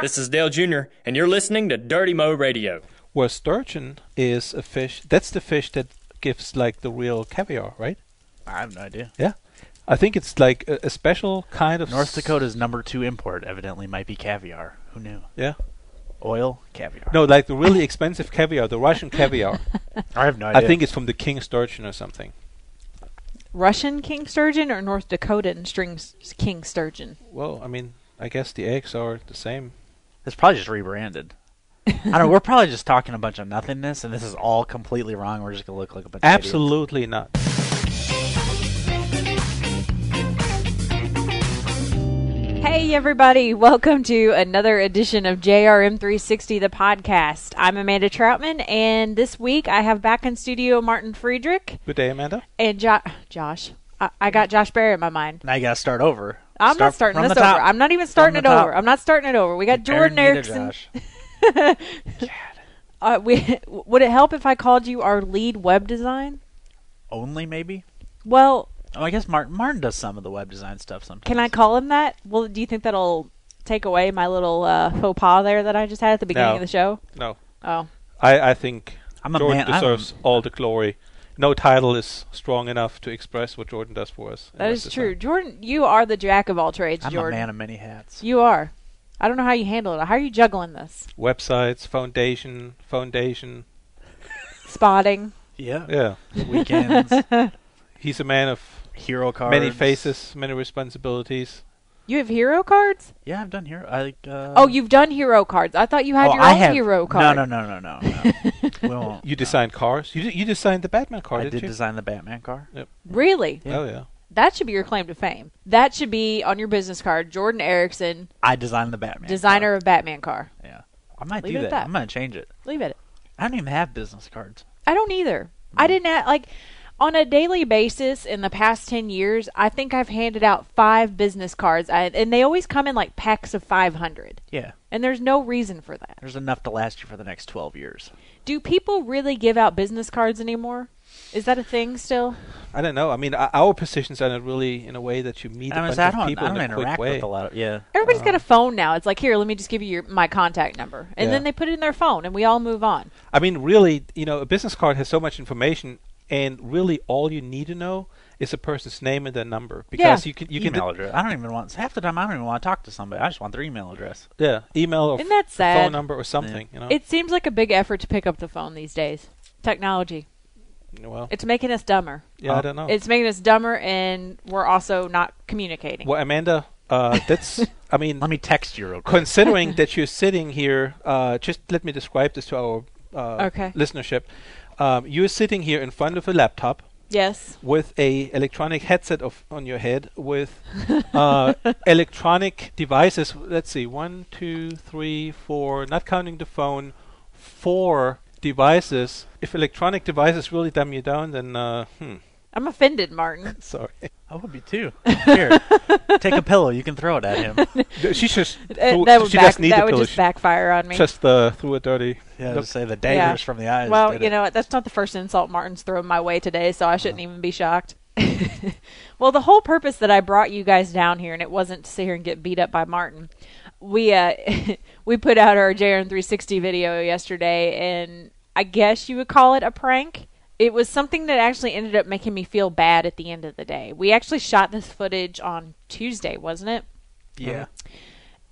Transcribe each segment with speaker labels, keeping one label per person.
Speaker 1: This is Dale Jr., and you're listening to Dirty Mo Radio.
Speaker 2: Well, sturgeon is a fish. That's the fish that gives like the real caviar, right?
Speaker 3: I have no idea.
Speaker 2: Yeah. I think it's like a, a special kind of
Speaker 3: North
Speaker 2: s-
Speaker 3: Dakota's number two import evidently might be caviar. Who knew?
Speaker 2: Yeah.
Speaker 3: Oil, caviar.
Speaker 2: No, like the really expensive caviar, the Russian caviar.
Speaker 3: I have no idea.
Speaker 2: I think it's from the king sturgeon or something.
Speaker 4: Russian king sturgeon or North Dakotan string s- king sturgeon?
Speaker 2: Well, I mean, I guess the eggs are the same.
Speaker 3: it's probably just rebranded. I don't know. We're probably just talking a bunch of nothingness, and this is all completely wrong. We're just gonna look like a bunch. of idiots.
Speaker 2: Absolutely not.
Speaker 4: Hey, everybody, welcome to another edition of JRM360, the podcast. I'm Amanda Troutman, and this week I have back in studio Martin Friedrich
Speaker 2: Good day, Amanda.
Speaker 4: and jo- Josh. I-, I got Josh Barry in my mind.
Speaker 3: Now you gotta start over.
Speaker 4: I'm
Speaker 3: Start
Speaker 4: not starting
Speaker 3: from
Speaker 4: this
Speaker 3: the top.
Speaker 4: over. I'm not even starting it
Speaker 3: the top.
Speaker 4: over. I'm not starting it over. We got Jordan
Speaker 3: Aaron, Nita,
Speaker 4: Erickson.
Speaker 3: Josh.
Speaker 4: Uh, we, would it help if I called you our lead web design?
Speaker 3: Only maybe.
Speaker 4: Well,
Speaker 3: Oh, I guess Martin. Martin does some of the web design stuff sometimes.
Speaker 4: Can I call him that? Well, do you think that'll take away my little uh, faux pas there that I just had at the beginning
Speaker 2: No.
Speaker 4: of the show?
Speaker 2: No,
Speaker 4: Oh,
Speaker 2: I, I think
Speaker 3: I'm a
Speaker 2: Jordan
Speaker 3: man- I'm-
Speaker 2: deserves all the glory. No title is strong enough to express what Jordan does for us. in
Speaker 4: that
Speaker 2: web
Speaker 4: is
Speaker 2: design.
Speaker 4: true. Jordan, you are the jack of all trades,
Speaker 3: I'm
Speaker 4: Jordan.
Speaker 3: a man of many hats.
Speaker 4: You are. I don't know how you handle it. How are you juggling this?
Speaker 2: Websites, foundation, foundation.
Speaker 4: Spotting.
Speaker 3: Yeah.
Speaker 2: Yeah,
Speaker 3: Weekends.
Speaker 2: he's a man of
Speaker 3: hero cards.
Speaker 2: many faces, many responsibilities.
Speaker 4: You have hero cards?
Speaker 3: Yeah, I've done hero. I, uh,
Speaker 4: oh, you've done hero cards. I thought you had
Speaker 3: oh,
Speaker 4: your
Speaker 3: I
Speaker 4: own
Speaker 3: have-
Speaker 4: hero card.
Speaker 3: No, no, no, no, no. no. we won't.
Speaker 2: You designed cars. You d- you designed the Batman car,
Speaker 3: I
Speaker 2: didn't
Speaker 3: did
Speaker 2: you?
Speaker 3: design the Batman car.
Speaker 4: Really?
Speaker 3: yeah.
Speaker 2: Oh yeah.
Speaker 4: That should be your claim to fame. That should be on your business card. Jordan Erickson,
Speaker 3: I designed the Batman.
Speaker 4: designer of Batman car.
Speaker 3: Car. Yeah. I might
Speaker 4: Leave
Speaker 3: do
Speaker 4: it
Speaker 3: that.
Speaker 4: at that.
Speaker 3: I'm gonna change it.
Speaker 4: Leave it.
Speaker 3: I don't even have business cards.
Speaker 4: I don't either. I didn't have, like on a daily basis in the past 10 years, I think I've handed out five business cards I, and they always come in like packs of 500.
Speaker 3: Yeah.
Speaker 4: And there's no reason for that.
Speaker 3: There's enough to last you for the next 12 years.
Speaker 4: Do people really give out business cards anymore? Is that a thing still?
Speaker 2: I don't know. I mean, o- our positions are not really in a way that you meet
Speaker 3: I,
Speaker 2: a
Speaker 3: mean,
Speaker 2: bunch
Speaker 3: so I
Speaker 2: of
Speaker 3: don't,
Speaker 2: people
Speaker 3: I don't
Speaker 2: in a quick
Speaker 3: interact
Speaker 2: way.
Speaker 3: with a lot of. Yeah.
Speaker 4: Everybody's got a phone now. It's like, here, let me just give you your, my contact number. And
Speaker 2: Yeah.
Speaker 4: then they put it in their phone and we all move on.
Speaker 2: I mean, really, you know, a business card has so much information, and really, all you need to know is a person's name and their number because you can you
Speaker 3: email
Speaker 2: can
Speaker 3: address. I don't even want. Half the time, I don't even want to talk to somebody. I just want their email address.
Speaker 2: d- yeah email or
Speaker 4: Isn't that
Speaker 2: f-
Speaker 4: sad?
Speaker 2: phone number or something. You know,
Speaker 4: It seems like a big effort to pick up the phone these days. Technology.
Speaker 2: well,
Speaker 4: It's making us dumber.
Speaker 2: yeah, I don't know.
Speaker 4: It's making us dumber and we're also not communicating.
Speaker 2: Well, Amanda, uh, that's I mean,
Speaker 3: Let me text you real quick.
Speaker 2: considering that you're sitting here, uh, just let me describe this to our uh,
Speaker 4: Okay.
Speaker 2: listenership. Um, you're sitting here in front of a laptop.
Speaker 4: Yes.
Speaker 2: with a electronic headset of, on your head with uh, electronic devices. Let's see, one, two, three, four. Not counting the phone, four devices. If electronic devices really dumb you down, then uh, hmm,
Speaker 4: I'm offended, Martin.
Speaker 2: sorry.
Speaker 3: I would be too. Here, take a pillow. You can throw it at him.
Speaker 2: she just
Speaker 4: Uh,
Speaker 2: threw-
Speaker 4: that would,
Speaker 2: she
Speaker 4: back,
Speaker 2: just needed
Speaker 4: that would
Speaker 2: pillow.
Speaker 4: just
Speaker 2: She
Speaker 4: backfire on me.
Speaker 2: just uh, threw a dirty.
Speaker 3: Yeah,
Speaker 2: Look.
Speaker 3: just say the daggers from the eyes.
Speaker 4: well,
Speaker 3: did
Speaker 4: you
Speaker 3: it.
Speaker 4: know what? That's not the first insult Martin's thrown my way today, so I shouldn't even be shocked. well, the whole purpose that I brought you guys down here, and it wasn't to sit here and get beat up by Martin. We uh, we put out our JRN 360 video yesterday, and I guess you would call it a prank. It was something that actually ended up making me feel bad at the end of the day. We actually shot this footage on Tuesday, wasn't it?
Speaker 3: Yeah.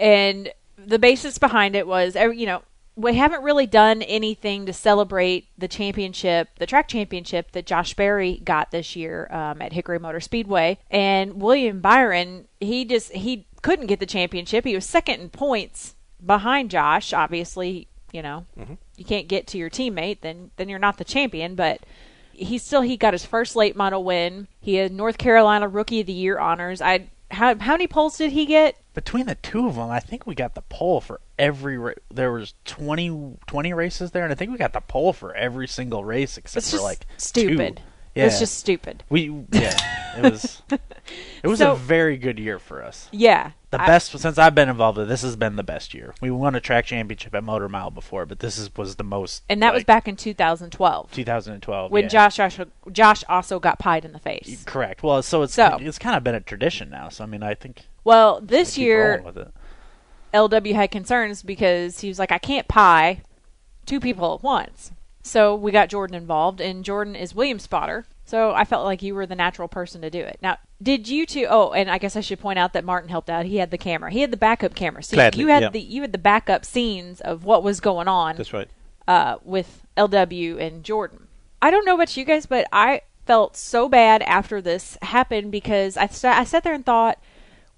Speaker 4: and the basis behind it was every- you know we haven't really done anything to celebrate the championship, the track championship that Josh Berry got this year um, at Hickory Motor Speedway. And William Byron, he just he couldn't get the championship. He was second in points behind Josh. Obviously, you know you can't get to your teammate, then then you're not the champion. But he still he got his first late model win. He had North Carolina Rookie of the Year honors. I how how many poles did he get?
Speaker 3: Between the two of them, I think we got the poll for every. Ra- there was 20, 20 races there, and I think we got the poll for every single race except
Speaker 4: it's
Speaker 3: for
Speaker 4: just
Speaker 3: like
Speaker 4: stupid.
Speaker 3: two. Yeah.
Speaker 4: It's just stupid.
Speaker 3: we. Yeah, it was. It was
Speaker 4: So-
Speaker 3: a very good year for us.
Speaker 4: Yeah.
Speaker 3: The
Speaker 4: I-
Speaker 3: best since I've been involved. with This has been the best year. We won a track championship at Motor Mile before, but this is was the most.
Speaker 4: and that was
Speaker 3: like,
Speaker 4: back in 2012
Speaker 3: 2012
Speaker 4: when
Speaker 3: yeah.
Speaker 4: Josh also, Josh also got pied in the face.
Speaker 3: Correct. Well, so it's
Speaker 4: So-
Speaker 3: it's kind of been a tradition now. So I mean, I think
Speaker 4: Well,
Speaker 3: I
Speaker 4: this
Speaker 3: keep
Speaker 4: year
Speaker 3: rolling with it.
Speaker 4: LW had concerns because he was like, I can't pie two people at once. So we got Jordan involved, and Jordan is Williams' spotter. So I felt like you were the natural person to do it. Now, did you two? Oh, and I guess I should point out that Martin helped out. He had the camera. He had the backup camera. So
Speaker 2: Gladly,
Speaker 4: you had
Speaker 2: yeah.
Speaker 4: the you had the backup scenes of what was going on
Speaker 2: That's right.
Speaker 4: uh, with LW and Jordan. I don't know about you guys, but I felt so bad after this happened because I, sta I sat there and thought,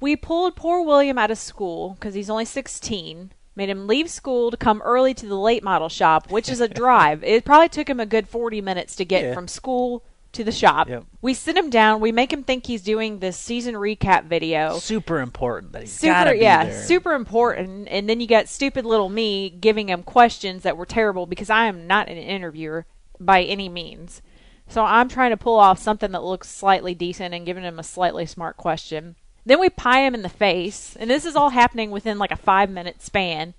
Speaker 4: we pulled poor William out of school because he's only 16, made him leave school to come early to the late model shop, which is a drive. It probably took him a good 40 minutes to get
Speaker 2: Yeah.
Speaker 4: from school to the shop.
Speaker 3: Yep.
Speaker 4: We sit him down, we make him think he's doing this season recap video
Speaker 3: Super important that he's
Speaker 4: super
Speaker 3: gotta be
Speaker 4: yeah
Speaker 3: there.
Speaker 4: super important and then you got stupid little me giving him questions that were terrible because i am not an interviewer by any means so i'm trying to pull off something that looks slightly decent and giving him a slightly smart question then we pie him in the face and this is all happening within like a five minute span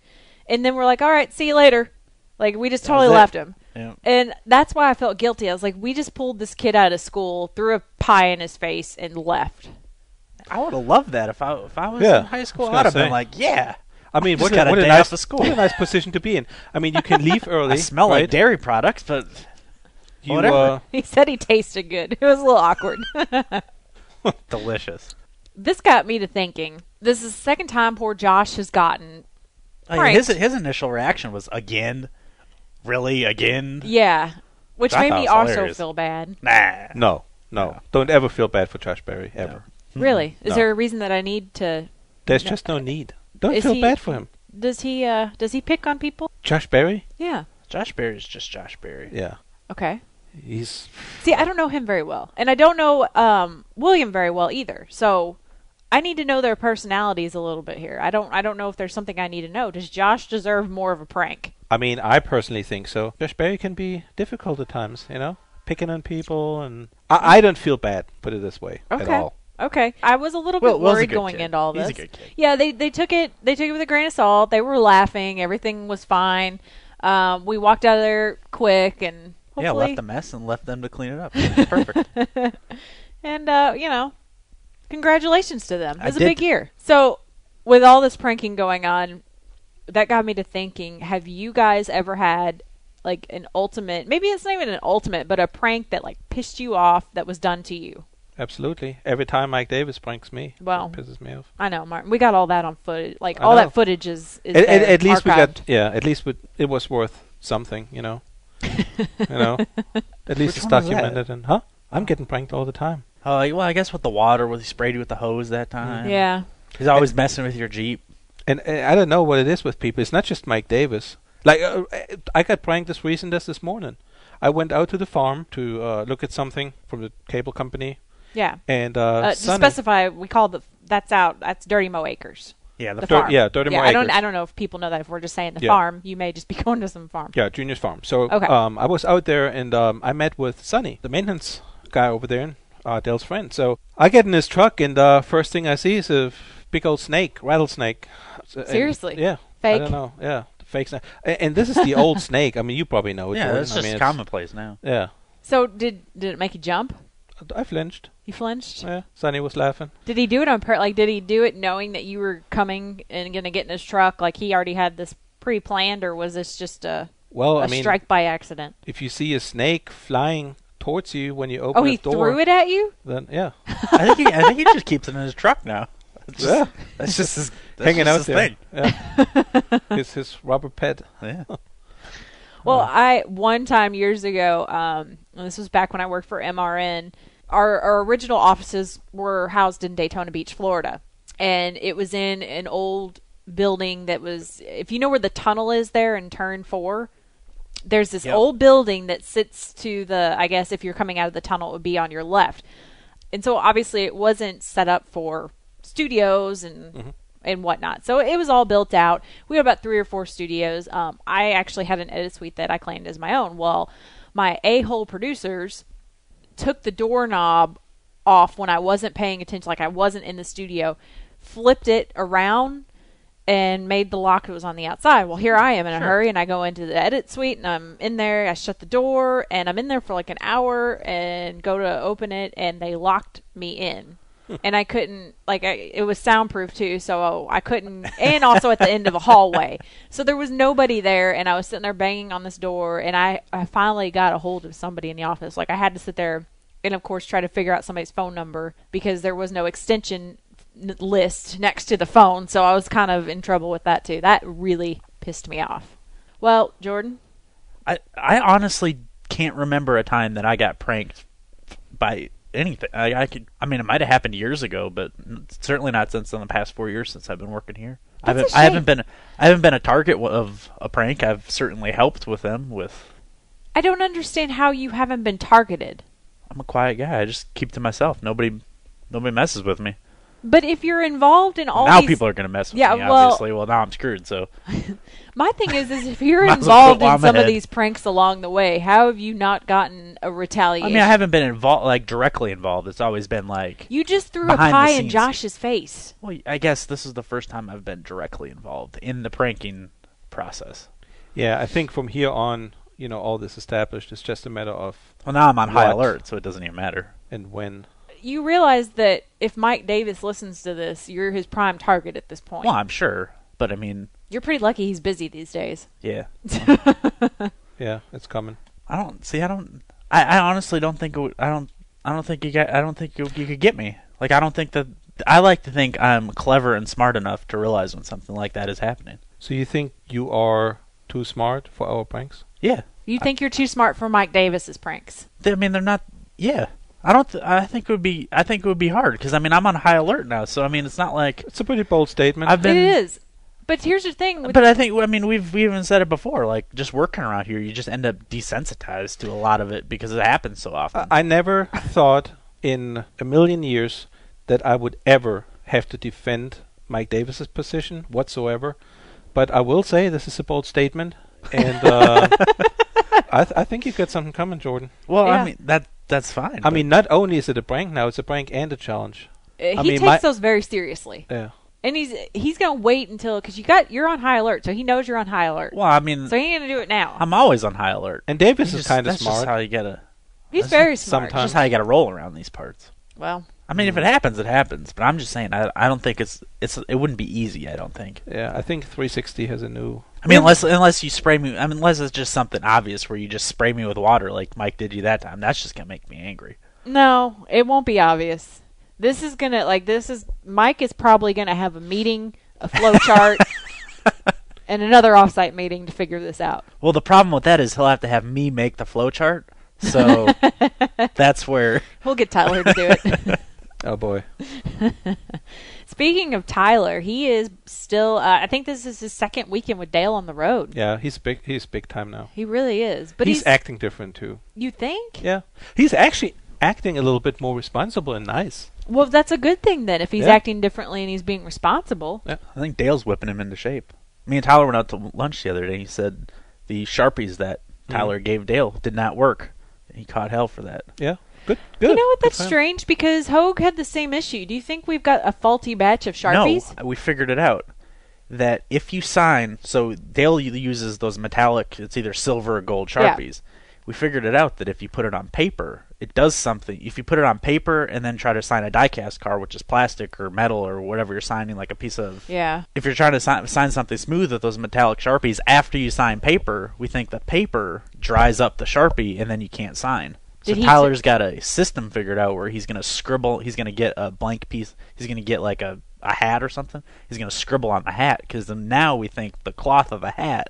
Speaker 4: and then we're like all right see you later like we just totally
Speaker 3: was it.
Speaker 4: left him
Speaker 3: Yeah.
Speaker 4: and that's why i felt guilty i was like we just pulled this kid out of school threw a pie in his face and left
Speaker 3: I would have loved that if I if I was
Speaker 2: Yeah,
Speaker 3: in
Speaker 2: I
Speaker 3: high
Speaker 2: was
Speaker 3: school.
Speaker 2: gonna
Speaker 3: I'd have been
Speaker 2: say.
Speaker 3: like, yeah.
Speaker 2: I mean,
Speaker 3: Just
Speaker 2: what,
Speaker 3: got
Speaker 2: a,
Speaker 3: a
Speaker 2: what, a
Speaker 3: day
Speaker 2: nice,
Speaker 3: off of school.
Speaker 2: what a nice position to be in. I mean, you can leave early.
Speaker 3: I smell
Speaker 2: right?
Speaker 3: like dairy products, but
Speaker 2: You,
Speaker 3: whatever.
Speaker 2: uh,
Speaker 4: He said he tasted good. It was a little awkward.
Speaker 3: delicious.
Speaker 4: this got me to thinking. This is the second time poor Josh has gotten.
Speaker 3: Like,
Speaker 4: Right.
Speaker 3: His his initial reaction was again, really again.
Speaker 4: Yeah. Which
Speaker 3: I
Speaker 4: made
Speaker 3: thought
Speaker 4: me
Speaker 3: it was
Speaker 4: also
Speaker 3: hilarious.
Speaker 4: feel bad.
Speaker 3: Nah.
Speaker 2: no, no, Don't ever feel bad for Josh Berry, ever.
Speaker 3: Hmm.
Speaker 4: Really? Is
Speaker 2: No.
Speaker 4: there a reason that I need to
Speaker 2: There's just no need. Don't
Speaker 4: Is
Speaker 2: feel
Speaker 4: he-
Speaker 2: bad for him.
Speaker 4: does he uh does he pick on people?
Speaker 2: Josh Berry?
Speaker 4: Yeah.
Speaker 3: Josh Berry is just Josh Berry.
Speaker 2: Yeah.
Speaker 4: Okay.
Speaker 2: He's
Speaker 4: See, I don't know him very well. And I don't know um William very well either. So I need to know their personalities a little bit here. I don't I don't know if there's something I need to know. Does Josh deserve more of a prank?
Speaker 2: I mean, I personally think so. Josh Berry can be difficult at times, you know, picking on people, and I, I don't feel bad. Put it this way, at
Speaker 4: Okay.
Speaker 2: all.
Speaker 4: Okay, I was a little
Speaker 3: Will-
Speaker 4: bit
Speaker 3: Will's a
Speaker 4: worried
Speaker 3: good
Speaker 4: going
Speaker 3: kid.
Speaker 4: into all this.
Speaker 3: He's a good kid.
Speaker 4: Yeah, they they took it they took it with a grain of salt. They were laughing. Everything was fine. Um, we walked out of there quick and hopefully
Speaker 3: Yeah, left the mess and left them to clean it up. Perfect.
Speaker 4: and uh, you know, congratulations to them. It
Speaker 3: I
Speaker 4: was a
Speaker 3: did-
Speaker 4: big year. So, with all this pranking going on, that got me to thinking: Have you guys ever had like an ultimate? Maybe it's not even an ultimate, but a prank that like pissed you off that was done to you.
Speaker 2: Absolutely. Every time Mike Davis pranks me,
Speaker 4: Well,
Speaker 2: it pisses me off.
Speaker 4: I know, Martin. We got all that on footage. Like
Speaker 2: I
Speaker 4: all
Speaker 2: know.
Speaker 4: that footage is. is
Speaker 2: At, at,
Speaker 4: there,
Speaker 2: at least we
Speaker 4: archived.
Speaker 2: got yeah. At least we, it was worth something, you know. you know. At least it's
Speaker 3: Which one was that?
Speaker 2: documented, and huh? I'm getting pranked all the time.
Speaker 3: Oh, well, I guess with the water, where he sprayed you with the hose that time.
Speaker 4: Yeah.
Speaker 3: He's always messing with your Jeep.
Speaker 2: And uh, I don't know what it is with people. It's not just Mike Davis. Like uh, uh, I got pranked as recent as this morning. I went out to the farm to uh, look at something from the cable company,
Speaker 4: Yeah.
Speaker 2: and uh,
Speaker 4: Uh, to
Speaker 2: Sonny-
Speaker 4: specify, we call the that's out. That's Dirty Mo Acres.
Speaker 3: Yeah, the,
Speaker 4: The
Speaker 2: Dirt-
Speaker 4: farm.
Speaker 2: yeah, Dirty Mo
Speaker 4: I don't.
Speaker 2: Acres.
Speaker 4: I don't know if people know that. If we're just saying the
Speaker 2: Yeah.
Speaker 4: farm, you may just be going to some farm.
Speaker 2: Yeah, Junior's Farm. So
Speaker 4: Okay.
Speaker 2: um, I was out there and um, I met with Sonny, the maintenance guy over there, uh, Dale's friend. So I get in his truck and uh, first thing I see is a big old snake, rattlesnake. So- and-
Speaker 4: Seriously?
Speaker 2: yeah. I
Speaker 4: Fake?
Speaker 2: don't know. Yeah, the fake snake. And, and this is the old snake. I mean, you probably know it.
Speaker 3: yeah,
Speaker 2: Jordan.
Speaker 3: that's
Speaker 2: I
Speaker 3: just
Speaker 2: mean, it's-
Speaker 3: commonplace now.
Speaker 2: Yeah.
Speaker 4: So did did it make you jump?
Speaker 2: I flinched.
Speaker 4: You flinched.
Speaker 2: Yeah. Sonny was laughing.
Speaker 4: Did he do it on purpose? Like, did he do it knowing that you were coming and gonna get in his truck? Like he already had this pre-planned, or was this just a
Speaker 2: Well,
Speaker 4: a
Speaker 2: I mean,
Speaker 4: strike by accident?
Speaker 2: if you see a snake flying towards you when you open
Speaker 4: Oh,
Speaker 2: a
Speaker 4: he
Speaker 2: door,
Speaker 4: threw it at you.
Speaker 2: then yeah,
Speaker 3: I think he, I think he just keeps it in his truck now. That's just,
Speaker 2: Yeah.
Speaker 3: that's just his that's
Speaker 2: hanging
Speaker 3: just
Speaker 2: out
Speaker 3: his
Speaker 2: there.
Speaker 3: thing.
Speaker 2: Yeah. his his rubber pet.
Speaker 3: Yeah.
Speaker 4: Well, I one time years ago, um, and this was back when I worked for MRN. Our, our original offices were housed in Daytona Beach, Florida, and it was in an old building that was, if you know where the tunnel is there in Turn Four, there's this
Speaker 3: Yep.
Speaker 4: old building that sits to the, I guess if you're coming out of the tunnel, it would be on your left, and so obviously it wasn't set up for studios and and whatnot. So it was all built out. We had about three or four studios. Um, I actually had an edit suite that I claimed as my own. Well, my a hole producers took the doorknob off when I wasn't paying attention, like I wasn't in the studio, flipped it around and made the lock that was on the outside. Well, here I am in a hurry and I go into the edit suite and I'm in there, I shut the door and I'm in there for like an hour and go to open it and they locked me in. and I couldn't like I, it was soundproof too, so I couldn't. And also at the end of a hallway, so there was nobody there, and I was sitting there banging on this door, and I I finally got a hold of somebody in the office. Like I had to sit there and of course try to figure out somebody's phone number because there was no extension n- list next to the phone, so I was kind of in trouble with that too. That really pissed me off. Well, Jordan,
Speaker 3: I I honestly can't remember a time that I got pranked by anything. I, I could. I mean, it might have happened years ago, but certainly not since in the past four years since I've been working here. I haven't,
Speaker 4: That's a
Speaker 3: I haven't
Speaker 4: shame.
Speaker 3: been. I haven't been a target wa- of a prank. I've certainly helped with them. With
Speaker 4: I don't understand how you haven't been targeted.
Speaker 3: I'm a quiet guy. I just keep to myself. Nobody, nobody messes with me.
Speaker 4: But if you're involved in all
Speaker 3: now
Speaker 4: these,
Speaker 3: people are gonna mess with
Speaker 4: Yeah,
Speaker 3: me.
Speaker 4: well-
Speaker 3: obviously. Well, now I'm screwed. So
Speaker 4: my thing is, is if you're
Speaker 3: Might as well
Speaker 4: involved
Speaker 3: put
Speaker 4: in
Speaker 3: llama
Speaker 4: some of
Speaker 3: head.
Speaker 4: these pranks along the way, how have you not gotten a
Speaker 3: I
Speaker 4: retaliation?
Speaker 3: mean, I haven't been involved, like directly involved. It's always been like.
Speaker 4: You just threw a
Speaker 3: Behind the
Speaker 4: pie in
Speaker 3: scenes.
Speaker 4: Josh's face.
Speaker 3: Well, I guess this is the first time I've been directly involved in the pranking process.
Speaker 2: Yeah, I think from here on, you know, all this established is just a matter of
Speaker 3: Well, now I'm on high
Speaker 2: What?
Speaker 3: alert, so it doesn't even matter.
Speaker 2: and when.
Speaker 4: You realize that if Mike Davis listens to this, you're his prime target at this point.
Speaker 3: Well, I'm sure, but I mean,
Speaker 4: You're pretty lucky he's busy these days.
Speaker 3: yeah,
Speaker 2: Yeah, it's coming.
Speaker 3: I don't see. I don't. I, I honestly don't think. It would, I don't. I don't think you got. I don't think you, you could get me. Like I don't think that. I like to think I'm clever and smart enough to realize when something like that is happening.
Speaker 2: So you think you are too smart for our pranks?
Speaker 3: Yeah.
Speaker 4: You think you're too smart for Mike Davis's pranks.
Speaker 3: They- I mean, they're not. Yeah. I don't. Th- I think it would be. I think it would be hard because I mean I'm on high alert now. So I mean it's not like.
Speaker 2: It's a pretty bold statement.
Speaker 3: I've been.
Speaker 4: it is. But here's the thing with
Speaker 3: But I think I mean we've we even said it before. Like just working around here, you just end up desensitized to a lot of it because it happens so often.
Speaker 2: I I never thought in a million years that I would ever have to defend Mike Davis's position whatsoever. But I will say this is a bold statement, and uh, I, th- I think you've got something coming, Jordan.
Speaker 3: well,
Speaker 4: Yeah.
Speaker 3: I mean that that's fine.
Speaker 2: I
Speaker 3: but-
Speaker 2: mean, not only is it a prank now; it's a prank and a challenge.
Speaker 4: Uh, he
Speaker 2: I mean,
Speaker 4: takes
Speaker 2: my-
Speaker 4: those very seriously,
Speaker 2: Yeah.
Speaker 4: and he's he's gonna wait until because you got you're on high alert, so he knows you're on high alert,
Speaker 3: well, I mean
Speaker 4: so he ain't gonna do it now.
Speaker 3: I'm always on high alert.
Speaker 2: And Davis
Speaker 3: You
Speaker 2: is
Speaker 3: just-
Speaker 2: kind of
Speaker 3: that's Just
Speaker 2: smart. Um,
Speaker 3: how you gotta.
Speaker 4: he's
Speaker 3: that's
Speaker 4: very smart.
Speaker 3: That's
Speaker 2: sometimes-
Speaker 3: just how you gotta roll around these parts.
Speaker 4: Well,
Speaker 3: I mean, if it
Speaker 2: Mm.
Speaker 3: happens, it happens. But I'm just saying, I, I don't think it's it's it wouldn't be easy. I don't think.
Speaker 2: yeah, I think 360 has a new.
Speaker 3: I mean, unless unless you spray me. I mean, unless it's just something obvious where you just spray me with water like Mike did you that time. That's just gonna make me angry.
Speaker 4: no, it won't be obvious. This is gonna like this is Mike is probably gonna have a meeting, a flow chart, and another offsite meeting to figure this out.
Speaker 3: Well, the problem with that is he'll have to have me make the flowchart. So that's where
Speaker 4: We'll get Tyler to do it.
Speaker 2: Oh boy.
Speaker 4: Speaking of Tyler, he is still. Uh, I think this is his second weekend with Dale on the road.
Speaker 2: Yeah, he's big. He's big time now.
Speaker 4: He really is, but
Speaker 2: he's,
Speaker 4: he's,
Speaker 2: acting different too.
Speaker 4: you think?
Speaker 2: Yeah, he's actually acting a little bit more responsible and nice.
Speaker 4: Well, that's a good thing then. If he's
Speaker 2: Yeah.
Speaker 4: acting differently and he's being responsible,
Speaker 3: I think Dale's whipping him into shape. Me and Tyler went out to lunch the other day. and He said the sharpies that
Speaker 4: Mm.
Speaker 3: Tyler gave Dale did not work. He caught hell for that.
Speaker 2: Yeah, good. Good.
Speaker 4: you know what?
Speaker 2: Good
Speaker 4: That's
Speaker 2: for him.
Speaker 4: strange because Hogue had the same issue. Do you think we've got a faulty batch of sharpies?
Speaker 3: No, we figured it out that if you sign, so Dale u- uses those metallic, it's either silver or gold
Speaker 4: Yeah.
Speaker 3: sharpies. We figured it out that if you put it on paper, it does something. If you put it on paper and then try to sign a diecast car, which is plastic or metal or whatever you're signing, like a piece of
Speaker 4: Yeah.
Speaker 3: if you're trying to sign, sign something smooth with those metallic sharpies after you sign paper, we think the paper dries up the sharpie and then you can't sign. So
Speaker 4: Did he
Speaker 3: Tyler's got a system figured out where he's gonna scribble. He's gonna get a blank piece. He's gonna get like a, a hat or something. He's gonna scribble on the hat because now we think the cloth of the hat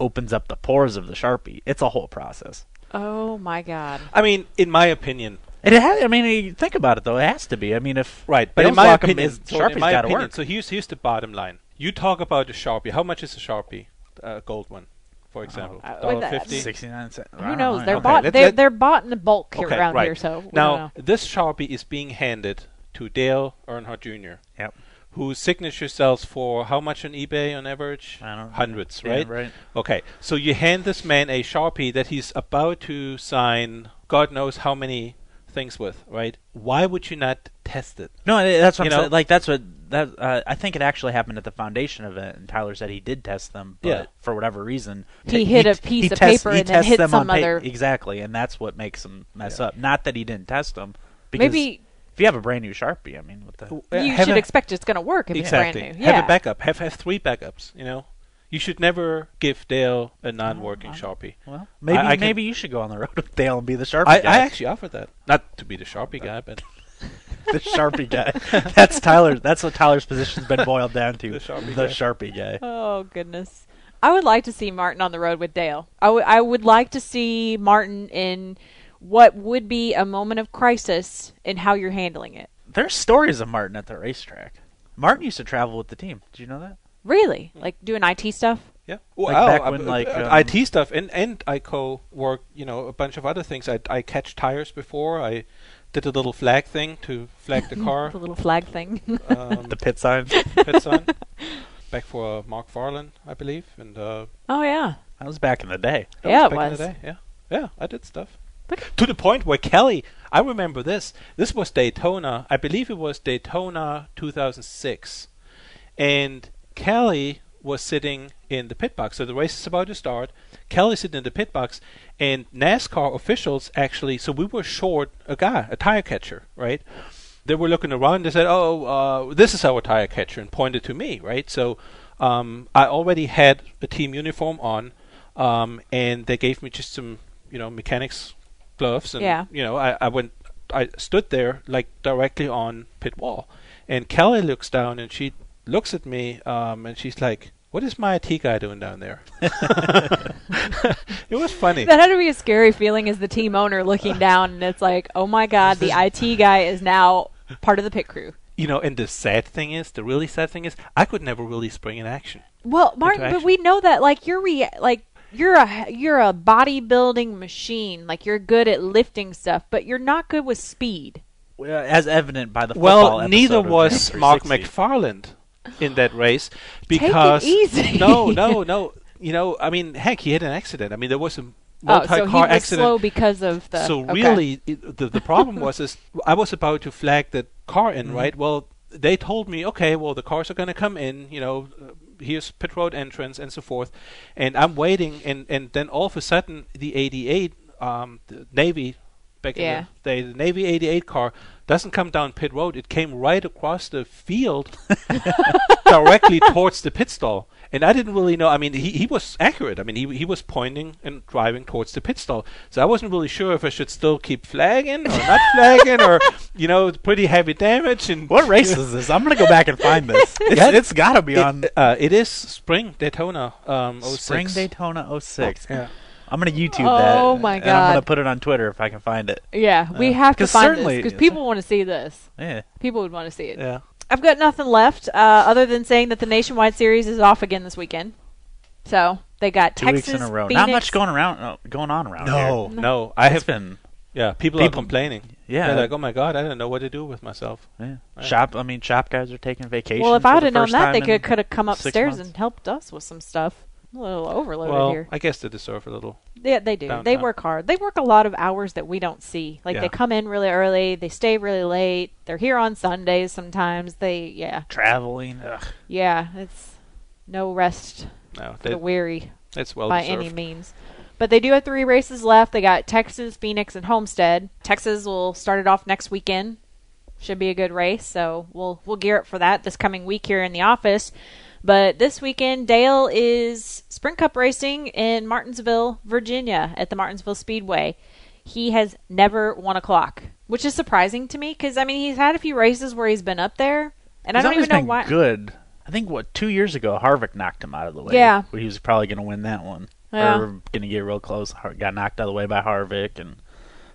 Speaker 3: opens up the pores of the sharpie. It's a whole process.
Speaker 4: Oh my God.
Speaker 2: I mean, in my opinion,
Speaker 3: And It had, I mean, you think about it though. It has to be. I mean, if
Speaker 2: right? But
Speaker 3: Bale's
Speaker 2: in my
Speaker 3: Lockham
Speaker 2: opinion,
Speaker 3: is-
Speaker 2: so
Speaker 3: sharpie's
Speaker 2: in my
Speaker 3: gotta
Speaker 2: opinion,
Speaker 3: work.
Speaker 2: so here's here's the bottom line. You talk about a sharpie. How much is a sharpie? A gold one, for example,
Speaker 4: Uh, with
Speaker 2: dollar
Speaker 4: that-
Speaker 2: fifty.
Speaker 3: sixty-nine cents. I
Speaker 4: Who
Speaker 3: don't
Speaker 4: knows?
Speaker 3: know.
Speaker 4: They're
Speaker 3: Okay.
Speaker 4: bought.
Speaker 2: let's-
Speaker 4: they're
Speaker 2: let-
Speaker 4: they're bought in the bulk here
Speaker 2: Okay,
Speaker 4: around
Speaker 2: right.
Speaker 4: here. So we don't know.
Speaker 2: now this sharpie is being handed to Dale Earnhardt Jr.
Speaker 3: Yep.
Speaker 2: whose signature sells for how much on eBay on average?
Speaker 3: I don't-
Speaker 2: Hundreds,
Speaker 3: yeah,
Speaker 2: right?
Speaker 3: right.
Speaker 2: Okay, so you hand this man a sharpie that he's about to sign, God knows how many things with, right? Why would you not test it?
Speaker 3: No, I- that's what
Speaker 2: You
Speaker 3: I'm
Speaker 2: know?
Speaker 3: saying. Like that's what that uh, I think it actually happened at the foundation event, and Tyler said he did test them, but
Speaker 2: Yeah.
Speaker 3: for whatever reason
Speaker 4: He hit a piece of paper
Speaker 3: he
Speaker 4: and then
Speaker 3: tests
Speaker 4: hit
Speaker 3: them
Speaker 4: some
Speaker 3: on pa-
Speaker 4: other-
Speaker 3: exactly, and that's what makes them mess up. Not that he didn't test them, because
Speaker 4: Maybe
Speaker 3: If you have a brand new Sharpie, I mean, what the?
Speaker 2: Uh,
Speaker 4: you
Speaker 2: have
Speaker 4: should
Speaker 2: a-
Speaker 4: expect it's going to work if
Speaker 2: exactly.
Speaker 4: it's brand new.
Speaker 2: Have
Speaker 4: Yeah.
Speaker 2: a backup. Have have three backups. You know, you should never give Dale a non-working Sharpie.
Speaker 3: Oh, Well, maybe
Speaker 2: I can-
Speaker 3: maybe you should go on the road with Dale and be the Sharpie
Speaker 2: I,
Speaker 3: guy.
Speaker 2: I actually offered that, not to be the Sharpie guy, but
Speaker 3: the Sharpie guy. That's Tyler. That's what Tyler's position's been boiled down to.
Speaker 2: The Sharpie guy.
Speaker 3: Sharpie guy.
Speaker 4: Oh goodness. I would like to see Martin on the road with Dale. I would- I would like to see Martin in what would be a moment of crisis in how you're handling it.
Speaker 3: There's stories of Martin at the racetrack. Martin used to travel with the team. Did you know that?
Speaker 4: Really? Like doing IT stuff?
Speaker 2: yeah.
Speaker 3: Like
Speaker 2: Wow,
Speaker 3: back
Speaker 2: I-
Speaker 3: when,
Speaker 2: I-
Speaker 3: like,
Speaker 2: I-
Speaker 3: um,
Speaker 2: IT stuff, and and I co-work. You know, a bunch of other things. I I catch tires before. I did a little flag thing to flag the car.
Speaker 4: The little flag thing.
Speaker 2: um,
Speaker 3: The pit signs.
Speaker 2: pit sign. Back for uh, Mark Farland, I believe, and uh,
Speaker 4: oh yeah.
Speaker 3: that was back in the day.
Speaker 2: That
Speaker 4: yeah,
Speaker 2: back in
Speaker 4: it
Speaker 2: the
Speaker 4: was.
Speaker 2: day, Yeah, yeah, I did stuff.
Speaker 4: Look.
Speaker 2: To the point where Kelly, I remember this. This was Daytona. I believe it was Daytona 2006, and Kelly was sitting in the pit box. So the race is about to start. Kelly's sitting in the pit box, and NASCAR officials actually. So we were short a guy, a tire catcher, right? They were looking around. They said, "Oh, uh, this is our tire catcher," and pointed to me, right? So um, I already had a team uniform on um, and they gave me just some you know mechanics gloves and
Speaker 4: Yeah.
Speaker 2: you know I, I went I stood there like directly on pit wall and Kelly looks down and she looks at me um, and she's like what is my IT guy doing down there it was funny
Speaker 4: That had to be a scary feeling as the team owner looking down and it's like, "Oh my god, the IT guy is now part of the pit crew."
Speaker 2: you know and the sad thing is the really sad thing is I could never really spring an action
Speaker 4: Well, Martin, but
Speaker 2: Interaction.
Speaker 4: we know that like you're re- like you're a you're a bodybuilding machine. Like you're good at lifting stuff, but you're not good with speed.
Speaker 3: Well, as evident by the football
Speaker 2: well
Speaker 3: episode
Speaker 2: neither
Speaker 3: of the
Speaker 2: was Mark
Speaker 3: 360.
Speaker 2: McFarland in that race
Speaker 4: it
Speaker 2: because
Speaker 4: easy.
Speaker 2: no no no you know I mean heck he had an accident I mean there was a
Speaker 4: Oh,
Speaker 2: multi-car
Speaker 4: so he was
Speaker 2: accident
Speaker 4: slow because of the.
Speaker 2: so
Speaker 4: okay.
Speaker 2: really, it, the the problem was is I was about to flag the car
Speaker 4: Mm-hmm.
Speaker 2: in, right? Well, they told me, okay, well the cars are going to come in, you know, uh, here's pit road entrance and so forth, and I'm waiting, and and then all of a sudden the 88 um, the Navy back
Speaker 4: Yeah.
Speaker 2: in the day, the Navy 88 car doesn't come down pit road; it came right across the field directly towards the pit stall. And I didn't really know. I mean, he, he was accurate. I mean, he he was pointing and driving towards the pit stall. So I wasn't really sure if I should still keep flagging or not flagging, or you know, pretty heavy damage. And
Speaker 3: What race is this? I'm gonna go back and find this. It's,
Speaker 2: Yeah.
Speaker 3: it's gotta be
Speaker 2: It,
Speaker 3: on oh
Speaker 2: uh, it is spring Daytona. Um, 06.
Speaker 3: Spring Daytona 06.
Speaker 2: Yeah.
Speaker 3: I'm gonna YouTube that.
Speaker 4: Oh my
Speaker 3: And I'm gonna
Speaker 4: God.
Speaker 3: put it on Twitter if I can find it.
Speaker 4: yeah, we
Speaker 3: Uh,
Speaker 4: have to
Speaker 3: 'cause
Speaker 4: find this
Speaker 3: certainly-
Speaker 4: because people want to see this.
Speaker 3: Yeah.
Speaker 4: People would want to see it.
Speaker 2: Yeah.
Speaker 4: I've got nothing left uh, other than saying that the nationwide series is off again this weekend. So they got
Speaker 3: Two
Speaker 4: Texas,
Speaker 3: weeks in a row. Not
Speaker 4: Phoenix-
Speaker 3: much going around. uh, Going on around
Speaker 2: No,
Speaker 3: here.
Speaker 2: no. I
Speaker 3: It's
Speaker 2: have.
Speaker 3: been
Speaker 2: Yeah, people, are
Speaker 3: people-
Speaker 2: complaining.
Speaker 3: Yeah.
Speaker 2: They're like, oh my god, I don't know what to do with myself.
Speaker 3: yeah. shop. I mean, shop guys are taking vacation.
Speaker 4: Well, if I
Speaker 3: would
Speaker 4: would have known that, they could could have come
Speaker 3: six
Speaker 4: upstairs
Speaker 3: months.
Speaker 4: and helped us with some stuff. I'm a little overloaded
Speaker 2: well,
Speaker 4: here.
Speaker 2: I guess they deserve a little.
Speaker 4: Yeah, they do. They
Speaker 2: Downtown.
Speaker 4: work hard. They work a lot of hours that we don't see. Like
Speaker 2: Yeah.
Speaker 4: they come in really early, they stay really late. They're here on Sundays sometimes. They yeah.
Speaker 3: traveling. Ugh.
Speaker 4: Yeah, it's no rest
Speaker 2: No,
Speaker 4: for
Speaker 2: they,
Speaker 4: the weary
Speaker 2: it's well
Speaker 4: by
Speaker 2: deserved.
Speaker 4: any means. But they do have three races left. They got Texas, Phoenix, and Homestead. Texas will start it off next weekend. Should be a good race, so we'll we'll gear up for that this coming week here in the office. But this weekend, Dale is Sprint Cup racing in Martinsville, Virginia, at the Martinsville Speedway. He has never won a clock, which is surprising to me because I mean he's had a few races where he's been up there, and I
Speaker 3: He's
Speaker 4: don't
Speaker 3: always
Speaker 4: even know
Speaker 3: been
Speaker 4: why.
Speaker 3: good. I think what two years ago Harvick knocked him out of the way.
Speaker 4: Yeah.
Speaker 3: where he was probably going to win that one.
Speaker 4: Yeah.
Speaker 3: Or going to get real close. Har- Got knocked out of the way by Harvick, and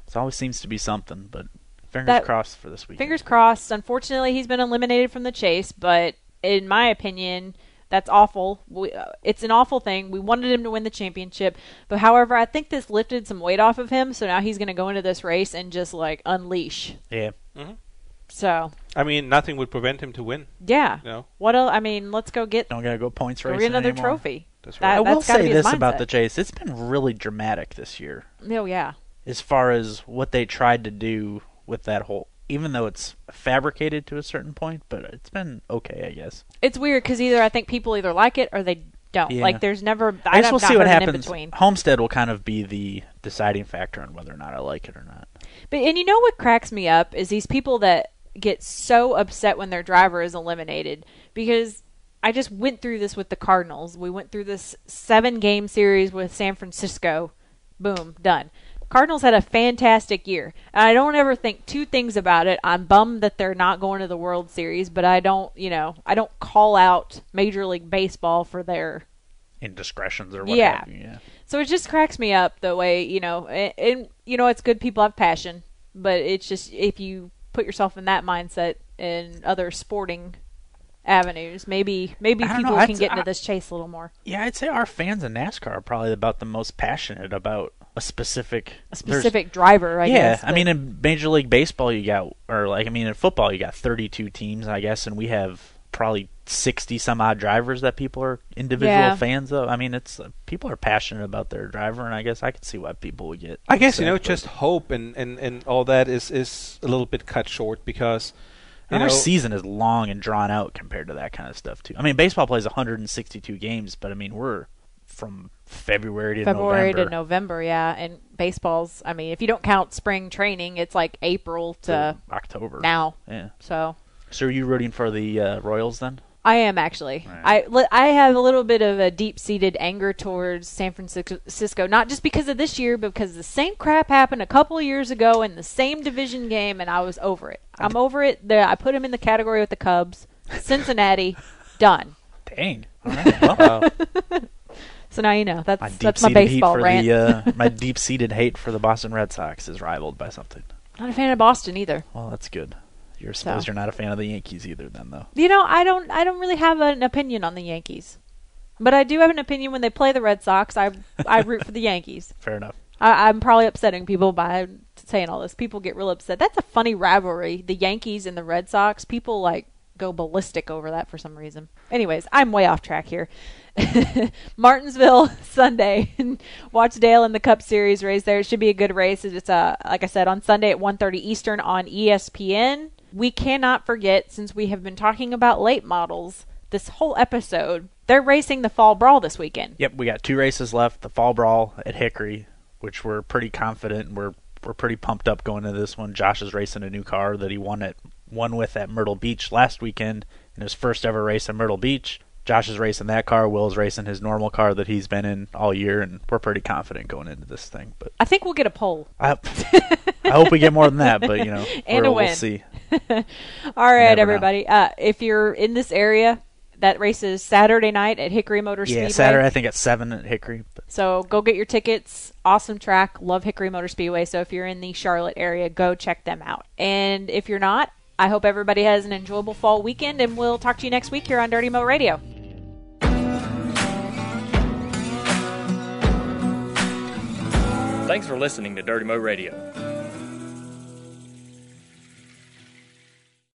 Speaker 3: it always seems to be something. But fingers
Speaker 4: That-
Speaker 3: crossed for this week.
Speaker 4: fingers crossed. Unfortunately, he's been eliminated from the chase, but in my opinion, that's awful. We, uh, it's an awful thing. We wanted him to win the championship, but however, I think this lifted some weight off of him, so now he's going to go into this race and just like unleash.
Speaker 3: Yeah,
Speaker 4: So,
Speaker 2: I mean, nothing would prevent him to win.
Speaker 4: yeah.
Speaker 2: You know,
Speaker 4: What else? I mean, let's go get,
Speaker 3: don't gotta go points
Speaker 4: go
Speaker 3: racing
Speaker 4: get another
Speaker 3: anymore.
Speaker 4: trophy.
Speaker 2: that's right.
Speaker 4: That-
Speaker 3: I will
Speaker 4: that's gotta
Speaker 3: say
Speaker 4: be his
Speaker 3: this about
Speaker 4: mindset.
Speaker 3: the chase. It's been really dramatic this year.
Speaker 4: Oh yeah,
Speaker 3: as far as what they tried to do with that whole even though it's fabricated to a certain point but it's been okay i guess
Speaker 4: it's weird because either I think people either like it or they don't.
Speaker 3: Yeah.
Speaker 4: Like, there's never.
Speaker 3: i,
Speaker 4: I,
Speaker 3: guess
Speaker 4: have
Speaker 3: we'll
Speaker 4: not
Speaker 3: see what
Speaker 4: heard an
Speaker 3: happens
Speaker 4: in between.
Speaker 3: homestead will kind of be the deciding factor on whether or not i like it or not
Speaker 4: But and you know what cracks me up is these people that get so upset when their driver is eliminated because I just went through this with the Cardinals. We went through this seven game series with San Francisco. Boom, done. Cardinals had a fantastic year. And I don't ever think two things about it. I'm bummed that they're not going to the World Series, but I don't, you know, I don't call out Major League Baseball for their
Speaker 3: indiscretions or what
Speaker 4: Yeah.
Speaker 3: have you, Yeah.
Speaker 4: so it just cracks me up the way you know, and, and you know it's good people have passion, but it's just if you put yourself in that mindset in other sporting avenues, maybe maybe
Speaker 3: I don't know,
Speaker 4: people
Speaker 3: I'd
Speaker 4: can
Speaker 3: s-
Speaker 4: get into
Speaker 3: I-
Speaker 4: this chase a little more.
Speaker 3: Yeah, I'd say our fans in NASCAR are probably about the most passionate about a specific
Speaker 4: A
Speaker 3: there's-
Speaker 4: specific driver, I
Speaker 3: yeah,
Speaker 4: guess.
Speaker 3: I mean in Major League Baseball you got or like I mean in football you got 32 teams I guess and we have probably 60 some odd drivers that people are individual
Speaker 4: Yeah.
Speaker 3: fans of. I mean it's uh, people are passionate about their driver and I guess I could see why people would get
Speaker 2: I guess you know,
Speaker 3: upset, but-
Speaker 2: just hope and, and, and all that is, is a little bit cut short because you
Speaker 3: And our
Speaker 2: know,
Speaker 3: season is long and drawn out compared to that kind of stuff too. I mean, baseball plays 162 games, but I mean, we're from February to
Speaker 4: February
Speaker 3: November.
Speaker 4: to November, yeah, and baseball's. I mean, if you don't count spring training, it's like April
Speaker 3: to
Speaker 4: to
Speaker 3: October.
Speaker 4: uh, now.
Speaker 3: Yeah.
Speaker 4: So
Speaker 3: So are you rooting for the uh, Royals then?
Speaker 4: I am actually. I li- I have a little bit of a deep seated anger towards San Francisco, not just because of this year, but because the same crap happened a couple of years ago in the same division game, and I was over it. I'm over it. There, I put him in the category with the Cubs, Cincinnati, done.
Speaker 3: Dang. All right. Well,
Speaker 4: So now you know that's
Speaker 3: my
Speaker 4: that's my
Speaker 3: deep-seated hate
Speaker 4: baseball
Speaker 3: for
Speaker 4: rant.
Speaker 3: the uh, my deep-seated hate for the Boston Red Sox is rivaled by something.
Speaker 4: Not a fan of Boston either.
Speaker 3: Well, that's good. You're supposed
Speaker 4: So.
Speaker 3: you're not a fan of the Yankees either, then though.
Speaker 4: You know, I don't I don't really have an opinion on the Yankees, but I do have an opinion when they play the Red Sox. I I root for the Yankees.
Speaker 3: Fair enough.
Speaker 4: I, I'm probably upsetting people by saying all this. People get real upset. That's a funny rivalry, the Yankees and the Red Sox. People like go ballistic over that for some reason. Anyways, I'm way off track here. Martinsville Sunday. Watch Dale in the Cup Series race. There it should be a good race. It's uh, like I said on Sunday at 1:30 Eastern on E ESPN. We cannot forget since we have been talking about late models this whole episode. They're racing the Fall Brawl this weekend.
Speaker 3: Yep, we got two races left: the Fall Brawl at Hickory, which we're pretty confident. and We're we're pretty pumped up going into this one. Josh is racing a new car that he won at won with at Myrtle Beach last weekend in his first ever race at Myrtle Beach. Josh is racing that car. Will's racing his normal car that he's been in all year, and we're pretty confident going into this thing. But
Speaker 4: I think we'll get a poll.
Speaker 3: I, I hope we get more than that. But you know,
Speaker 4: And a
Speaker 3: we're-
Speaker 4: win.
Speaker 3: we'll see.
Speaker 4: All right,
Speaker 3: Never know.
Speaker 4: everybody. Uh, if you're in this area, that race is Saturday night at Hickory Motor
Speaker 3: Yeah,
Speaker 4: Speedway.
Speaker 3: Saturday I think at seven at Hickory. But
Speaker 4: So go get your tickets. Awesome track. Love Hickory Motor Speedway. So if you're in the Charlotte area, go check them out. And if you're not, I hope everybody has an enjoyable fall weekend, and we'll talk to you next week here on Dirty Mo Radio.
Speaker 1: Thanks for listening to Dirty Mo Radio.